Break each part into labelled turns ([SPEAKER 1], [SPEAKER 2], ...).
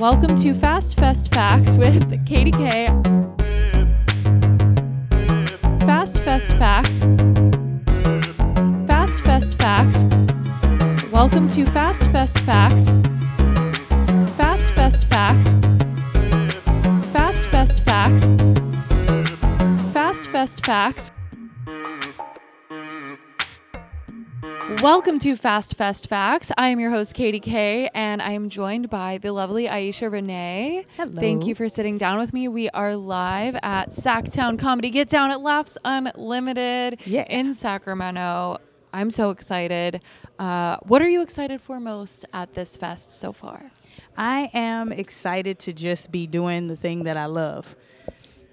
[SPEAKER 1] Welcome to Fast Fest Facts with Katie K. Fast Fest Facts. Fast Fest Facts. Welcome to Fast Fest Facts. Fast Fest Facts. Fast Fest Facts. Fast Fest Facts. Welcome to Fast Fest Facts. I am your host, Katie Kay, and I am joined by the lovely Aisha Renee.
[SPEAKER 2] Hello.
[SPEAKER 1] Thank you for sitting down with me. We are live at Sacktown Comedy Get Down at Laughs Unlimited
[SPEAKER 2] Yeah.
[SPEAKER 1] in Sacramento. I'm so excited. Uh, what are you excited for most at this fest so far?
[SPEAKER 2] I am excited to just be doing the thing that I love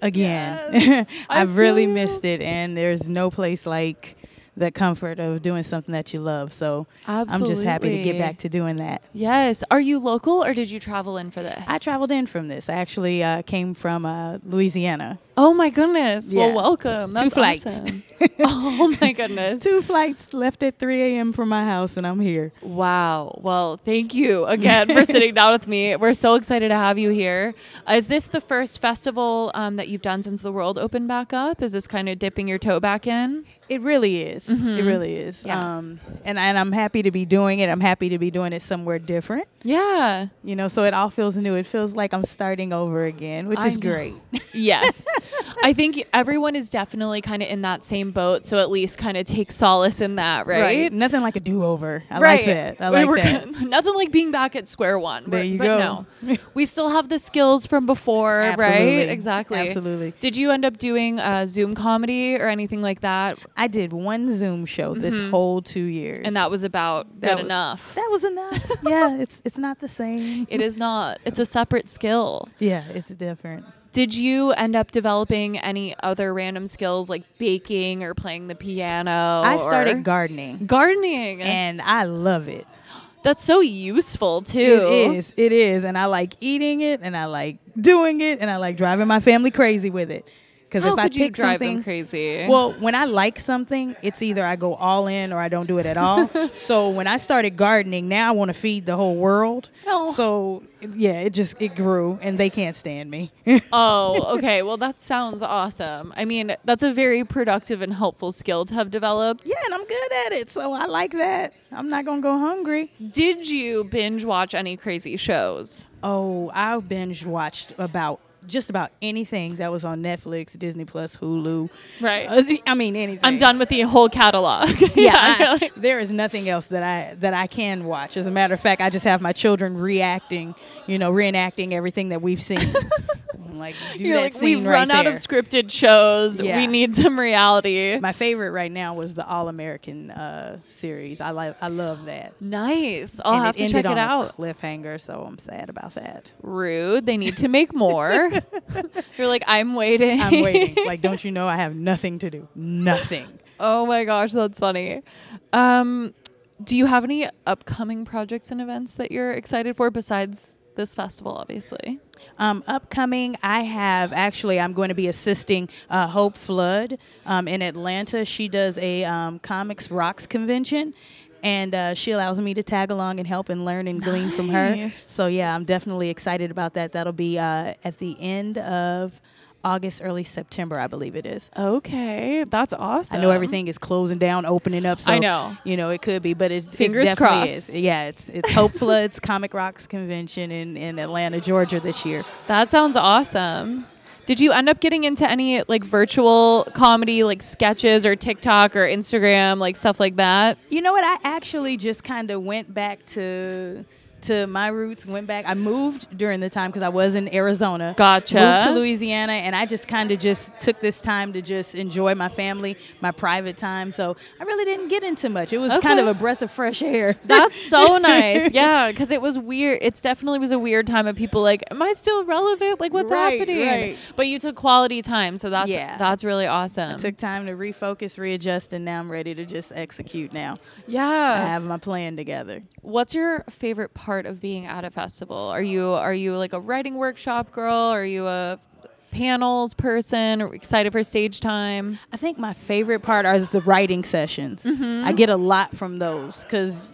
[SPEAKER 2] again.
[SPEAKER 1] Yes, I
[SPEAKER 2] I've really
[SPEAKER 1] feel you.
[SPEAKER 2] missed it, and there's no place like the comfort of doing something that you love. So I'm just happy to
[SPEAKER 1] Absolutely.
[SPEAKER 2] get back to doing that.
[SPEAKER 1] Yes. Are you local or did you travel in for this?
[SPEAKER 2] I traveled in from this. I actually uh, came from uh, Louisiana.
[SPEAKER 1] Oh my goodness. Well,
[SPEAKER 2] Yeah.
[SPEAKER 1] welcome.
[SPEAKER 2] Two
[SPEAKER 1] That's
[SPEAKER 2] flights.
[SPEAKER 1] awesome. oh my goodness.
[SPEAKER 2] Two flights left at 3 a.m. from my house, and I'm here.
[SPEAKER 1] Wow. Well, thank you again for sitting down with me. We're so excited to have you here. Is this the first festival um, that you've done since the world opened back up? Is this kind of dipping your toe back in?
[SPEAKER 2] It really is. It really is.
[SPEAKER 1] Mm-hmm. Yeah.
[SPEAKER 2] Um, and, and I'm happy to be doing it. I'm happy to be doing it somewhere different.
[SPEAKER 1] Yeah.
[SPEAKER 2] you know so it all feels new it feels like i'm starting over again which
[SPEAKER 1] I
[SPEAKER 2] is
[SPEAKER 1] know.
[SPEAKER 2] great
[SPEAKER 1] Yes. I think everyone is definitely kind of in that same boat. So at least kind of take solace in that, right?
[SPEAKER 2] nothing like a do-over i like that i
[SPEAKER 1] We
[SPEAKER 2] like
[SPEAKER 1] were
[SPEAKER 2] that
[SPEAKER 1] good. Nothing like being back at square one.
[SPEAKER 2] There
[SPEAKER 1] We're-
[SPEAKER 2] you
[SPEAKER 1] but
[SPEAKER 2] go.
[SPEAKER 1] no, we still have the skills from before, right?
[SPEAKER 2] Absolutely.
[SPEAKER 1] Exactly.
[SPEAKER 2] Absolutely.
[SPEAKER 1] Did you end up doing uh, Zoom comedy or anything like that?
[SPEAKER 2] i did one zoom show this whole two years
[SPEAKER 1] Mm-hmm. And that was about
[SPEAKER 2] That
[SPEAKER 1] good
[SPEAKER 2] was-
[SPEAKER 1] enough.
[SPEAKER 2] that was enough yeah it's it's not the same
[SPEAKER 1] it is not. It's a separate skill.
[SPEAKER 2] yeah it's different
[SPEAKER 1] Did you end up developing any other random skills like baking or playing the piano?
[SPEAKER 2] i
[SPEAKER 1] or-
[SPEAKER 2] started gardening
[SPEAKER 1] gardening.
[SPEAKER 2] and i love it
[SPEAKER 1] That's so useful too.
[SPEAKER 2] it is it is and i like eating it and i like doing it and i like driving my family crazy with it because
[SPEAKER 1] How
[SPEAKER 2] if
[SPEAKER 1] could
[SPEAKER 2] i
[SPEAKER 1] you
[SPEAKER 2] pick
[SPEAKER 1] drive
[SPEAKER 2] something
[SPEAKER 1] them crazy?
[SPEAKER 2] Well, when I like something, it's either I go all in or I don't do it at all. so when I started gardening, now I want to feed the whole world.
[SPEAKER 1] Oh.
[SPEAKER 2] So yeah, it just it grew, and they can't stand me.
[SPEAKER 1] oh, okay. Well, that sounds awesome. I mean, that's a very productive and helpful skill to have developed.
[SPEAKER 2] yeah, and I'm good at it, so I like that. I'm not gonna go hungry.
[SPEAKER 1] Did you binge watch any crazy shows?
[SPEAKER 2] Oh, I binge watched about just about anything that was on Netflix, Disney Plus, Hulu.
[SPEAKER 1] Right.
[SPEAKER 2] Uh, I mean anything.
[SPEAKER 1] I'm done with the whole catalog.
[SPEAKER 2] yeah,
[SPEAKER 1] I-
[SPEAKER 2] I- there is nothing else that I that I can watch. As a matter of fact, I just have my children reacting, you know, reenacting everything that we've seen. I'm like, do
[SPEAKER 1] you're
[SPEAKER 2] that
[SPEAKER 1] like,
[SPEAKER 2] scene
[SPEAKER 1] we've
[SPEAKER 2] right
[SPEAKER 1] run out of
[SPEAKER 2] there."
[SPEAKER 1] scripted shows.
[SPEAKER 2] Yeah.
[SPEAKER 1] We need some reality.
[SPEAKER 2] My favorite right now was the All American uh, series. I like, I love that.
[SPEAKER 1] nice. I'll
[SPEAKER 2] And
[SPEAKER 1] have to
[SPEAKER 2] ended
[SPEAKER 1] check it
[SPEAKER 2] on a
[SPEAKER 1] out.
[SPEAKER 2] cliffhanger, so I'm sad about that.
[SPEAKER 1] Rude. They need to make more. you're like, I'm waiting.
[SPEAKER 2] I'm waiting. like, don't you know I have nothing to do? Nothing.
[SPEAKER 1] Oh my gosh, that's funny. Um, do you have any upcoming projects and events that you're excited for besides this festival, obviously?
[SPEAKER 2] Um, upcoming, I have actually, I'm going to be assisting uh, Hope Flood um, in Atlanta. She does a um, Comics Rocks convention, and uh, she allows me to tag along and help and learn and glean from her.
[SPEAKER 1] Nice.
[SPEAKER 2] So, yeah, I'm definitely excited about that. That'll be uh, at the end of August, early September, I believe it is.
[SPEAKER 1] Okay, that's awesome.
[SPEAKER 2] I know everything is closing down, opening up. So
[SPEAKER 1] I know.
[SPEAKER 2] You know, it could be, but it's it's
[SPEAKER 1] Fingers
[SPEAKER 2] definitely
[SPEAKER 1] crossed.
[SPEAKER 2] Is. Yeah, it's it's Hope Flood's Comic Rocks convention in, in Atlanta, Georgia this year.
[SPEAKER 1] That sounds awesome. Did you end up getting into any like virtual comedy, like sketches or TikTok or Instagram, like stuff like that?
[SPEAKER 2] You know what? I actually just kind of went back to to my roots. Went back. I moved during the time because I was in Arizona.
[SPEAKER 1] Gotcha.
[SPEAKER 2] Moved to Louisiana, and I just kind of just took this time to just enjoy my family, my private time. So I really didn't get into much. It was
[SPEAKER 1] Okay.
[SPEAKER 2] kind of a breath of fresh air.
[SPEAKER 1] That's so nice. Yeah, because it was weird. It's definitely was a weird time of people like, am I still relevant? Like, what's
[SPEAKER 2] Right,
[SPEAKER 1] happening?
[SPEAKER 2] right.
[SPEAKER 1] But you took quality time, so that's
[SPEAKER 2] Yeah.
[SPEAKER 1] that's really awesome.
[SPEAKER 2] took time to refocus, readjust, and now I'm ready to just execute. Now I
[SPEAKER 1] yeah.
[SPEAKER 2] have my plan together.
[SPEAKER 1] What's your favorite part of being at a festival? Are you are you like a writing workshop girl? Are you a panels person? Are you excited for stage time?
[SPEAKER 2] I think
[SPEAKER 1] Mm-hmm.
[SPEAKER 2] my favorite part are the writing sessions. I get a lot from those because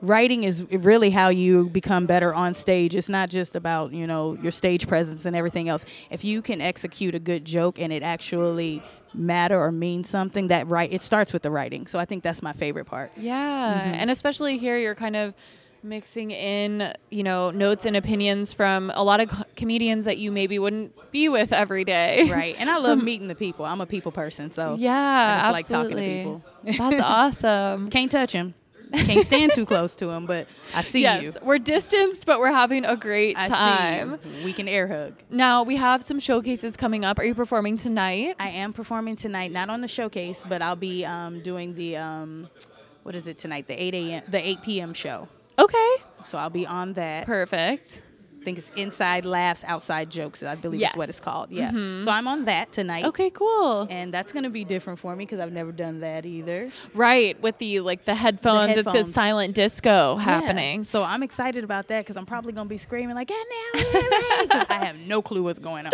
[SPEAKER 2] writing is really how you become better on stage. It's not just about, you know, your stage presence and everything else. If you can execute a good joke and it actually matter or mean something, that right it starts with the writing. So I think that's my favorite part.
[SPEAKER 1] Yeah, Mm-hmm. and especially here, you're kind of mixing in, you know, notes and opinions from a lot of co- comedians that you maybe wouldn't be with every day.
[SPEAKER 2] Right. And I love meeting the people. I'm a people person, so
[SPEAKER 1] Yeah,
[SPEAKER 2] I just
[SPEAKER 1] absolutely.
[SPEAKER 2] like talking to people.
[SPEAKER 1] That's awesome.
[SPEAKER 2] Can't touch him. Can't stand too close to him, but I see
[SPEAKER 1] yes,
[SPEAKER 2] you.
[SPEAKER 1] we're distanced, but we're having a great
[SPEAKER 2] I
[SPEAKER 1] time.
[SPEAKER 2] see you. We can air hug.
[SPEAKER 1] Now we have some showcases coming up. Are you performing tonight?
[SPEAKER 2] I am performing tonight, not on the showcase, but I'll be um, doing the um, what is it tonight? The eight a.m. the eight p.m. show.
[SPEAKER 1] Okay,
[SPEAKER 2] So I'll be on that.
[SPEAKER 1] perfect.
[SPEAKER 2] I think it's inside laughs, outside jokes. I believe is
[SPEAKER 1] Yes. Mm-hmm.
[SPEAKER 2] what it's called. Yeah. So I'm on that tonight.
[SPEAKER 1] Okay, cool.
[SPEAKER 2] And that's gonna be different for me because I've never done that either.
[SPEAKER 1] Right, with the like the headphones, it's it's
[SPEAKER 2] headphones.
[SPEAKER 1] silent disco
[SPEAKER 2] Yeah.
[SPEAKER 1] happening.
[SPEAKER 2] So I'm excited about that because I'm probably gonna be screaming like, "Get now!" get now," 'cause I have no clue what's going on.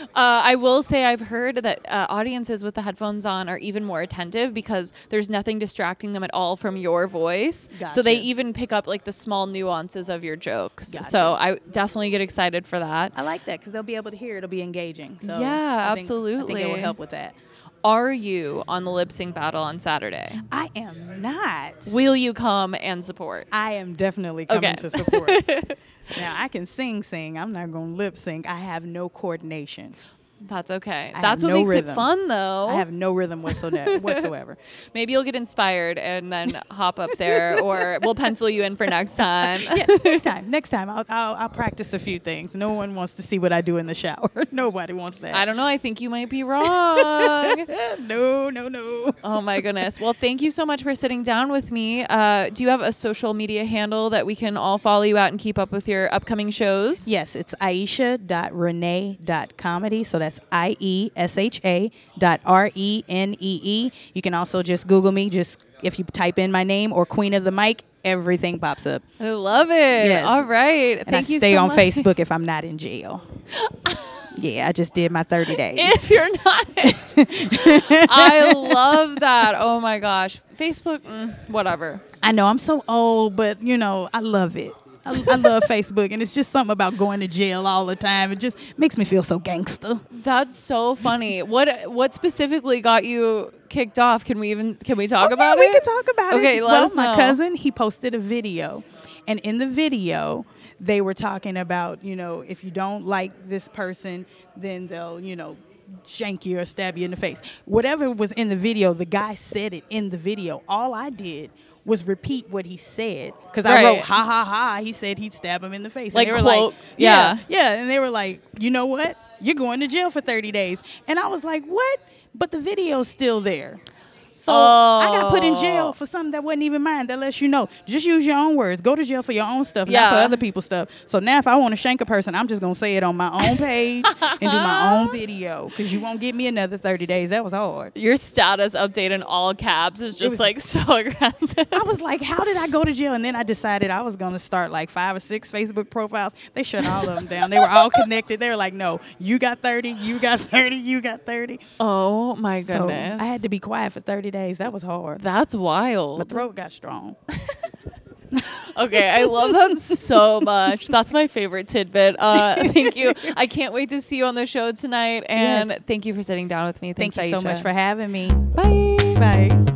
[SPEAKER 1] Uh, I will say I've heard that uh, audiences with the headphones on are even more attentive because there's nothing distracting them at all from your voice. So they
[SPEAKER 2] Gotcha.
[SPEAKER 1] even pick up like the small nuances of your jokes.
[SPEAKER 2] Gotcha.
[SPEAKER 1] So I definitely get excited for that.
[SPEAKER 2] I like that because they'll be able to hear. it. It'll be engaging.
[SPEAKER 1] Yeah,
[SPEAKER 2] So I think- I think it
[SPEAKER 1] absolutely.
[SPEAKER 2] will help with that.
[SPEAKER 1] Are you on the lip sync battle on Saturday?
[SPEAKER 2] I am not.
[SPEAKER 1] Will you come and support?
[SPEAKER 2] I am definitely coming
[SPEAKER 1] Okay.
[SPEAKER 2] to support. now I can sing, sing. I'm not gonna lip sync. I have no coordination.
[SPEAKER 1] That's okay.
[SPEAKER 2] have
[SPEAKER 1] That's what
[SPEAKER 2] no
[SPEAKER 1] makes it
[SPEAKER 2] rhythm.
[SPEAKER 1] fun though.
[SPEAKER 2] I have no rhythm whatsoever. whatsoever.
[SPEAKER 1] Maybe you'll get inspired and then hop up there or we'll pencil you in for next time.
[SPEAKER 2] Yeah, next time, next time, I'll, I'll I'll practice a few things. No one wants to see what I do in the shower. Nobody wants that.
[SPEAKER 1] I don't know. I think you might be wrong.
[SPEAKER 2] no, no, no.
[SPEAKER 1] Oh my goodness. Well, thank you so much for sitting down with me. Uh, do you have a social media handle that we can all follow you out and keep up with your upcoming shows?
[SPEAKER 2] Yes, it's aisha.renee.comedy. So that's I E S H A dot R E N E E. You can also just Google me. Just if you type in my name or Queen of the Mic, everything pops up.
[SPEAKER 1] I love it.
[SPEAKER 2] Yes.
[SPEAKER 1] All right.
[SPEAKER 2] And
[SPEAKER 1] thank
[SPEAKER 2] I
[SPEAKER 1] you
[SPEAKER 2] stay
[SPEAKER 1] so
[SPEAKER 2] on
[SPEAKER 1] much.
[SPEAKER 2] Facebook if I'm not in jail. yeah, I just did my 30 days.
[SPEAKER 1] If you're not, I love that. Oh my gosh. Facebook, mm, whatever.
[SPEAKER 2] I know I'm so old, but you know, I love it. I, I love Facebook, and it's just something about going to jail all the time. It just makes me feel so gangster.
[SPEAKER 1] That's so funny. What what specifically got you kicked off? Can we even can we talk
[SPEAKER 2] Oh, Yeah,
[SPEAKER 1] about
[SPEAKER 2] we
[SPEAKER 1] it?
[SPEAKER 2] could talk about it.
[SPEAKER 1] Okay, let
[SPEAKER 2] well,
[SPEAKER 1] us
[SPEAKER 2] my
[SPEAKER 1] know.
[SPEAKER 2] cousin, he posted a video, and in the video, they were talking about, you know, if you don't like this person, then they'll, you know, shank you or stab you in the face. Whatever was in the video, the guy said it in the video. All I did was repeat what he said because
[SPEAKER 1] Right.
[SPEAKER 2] I wrote ha ha ha. He said he'd stab him in the face.
[SPEAKER 1] Like
[SPEAKER 2] and they were
[SPEAKER 1] quote,
[SPEAKER 2] like,
[SPEAKER 1] yeah.
[SPEAKER 2] yeah, and they were like, you know what? You're going to jail for 30 days. And I was like, what? But the video's still there. So I got put in
[SPEAKER 1] Oh.
[SPEAKER 2] jail for something that wasn't even mine. That lets you know. Just use your own words. Go to jail for your own stuff, not for
[SPEAKER 1] Yeah.
[SPEAKER 2] other people's stuff. So now if I want to shank a person, I'm just gonna say it on my own page and do my own video. Cause you won't give me another 30 days. That was hard.
[SPEAKER 1] Your status update in all caps is just
[SPEAKER 2] was-
[SPEAKER 1] like so aggressive.
[SPEAKER 2] I was like, how did I go to jail? And then I decided I was going to start like five or six Facebook profiles. They shut all of them down. They were all connected. They were like, no, you got 30, you got 30, you got 30.
[SPEAKER 1] Oh my
[SPEAKER 2] So
[SPEAKER 1] goodness.
[SPEAKER 2] I had to be quiet for 30 days. That was hard.
[SPEAKER 1] That's
[SPEAKER 2] My
[SPEAKER 1] wild.
[SPEAKER 2] throat got strong.
[SPEAKER 1] Okay, I love that so much. That's my favorite tidbit. Uh, thank you. I can't wait to see you on the show tonight. And
[SPEAKER 2] Yes.
[SPEAKER 1] thank you for sitting down with me. Thanks,
[SPEAKER 2] Thank you so much
[SPEAKER 1] Aisha.
[SPEAKER 2] for having me.
[SPEAKER 1] Bye.
[SPEAKER 2] Bye.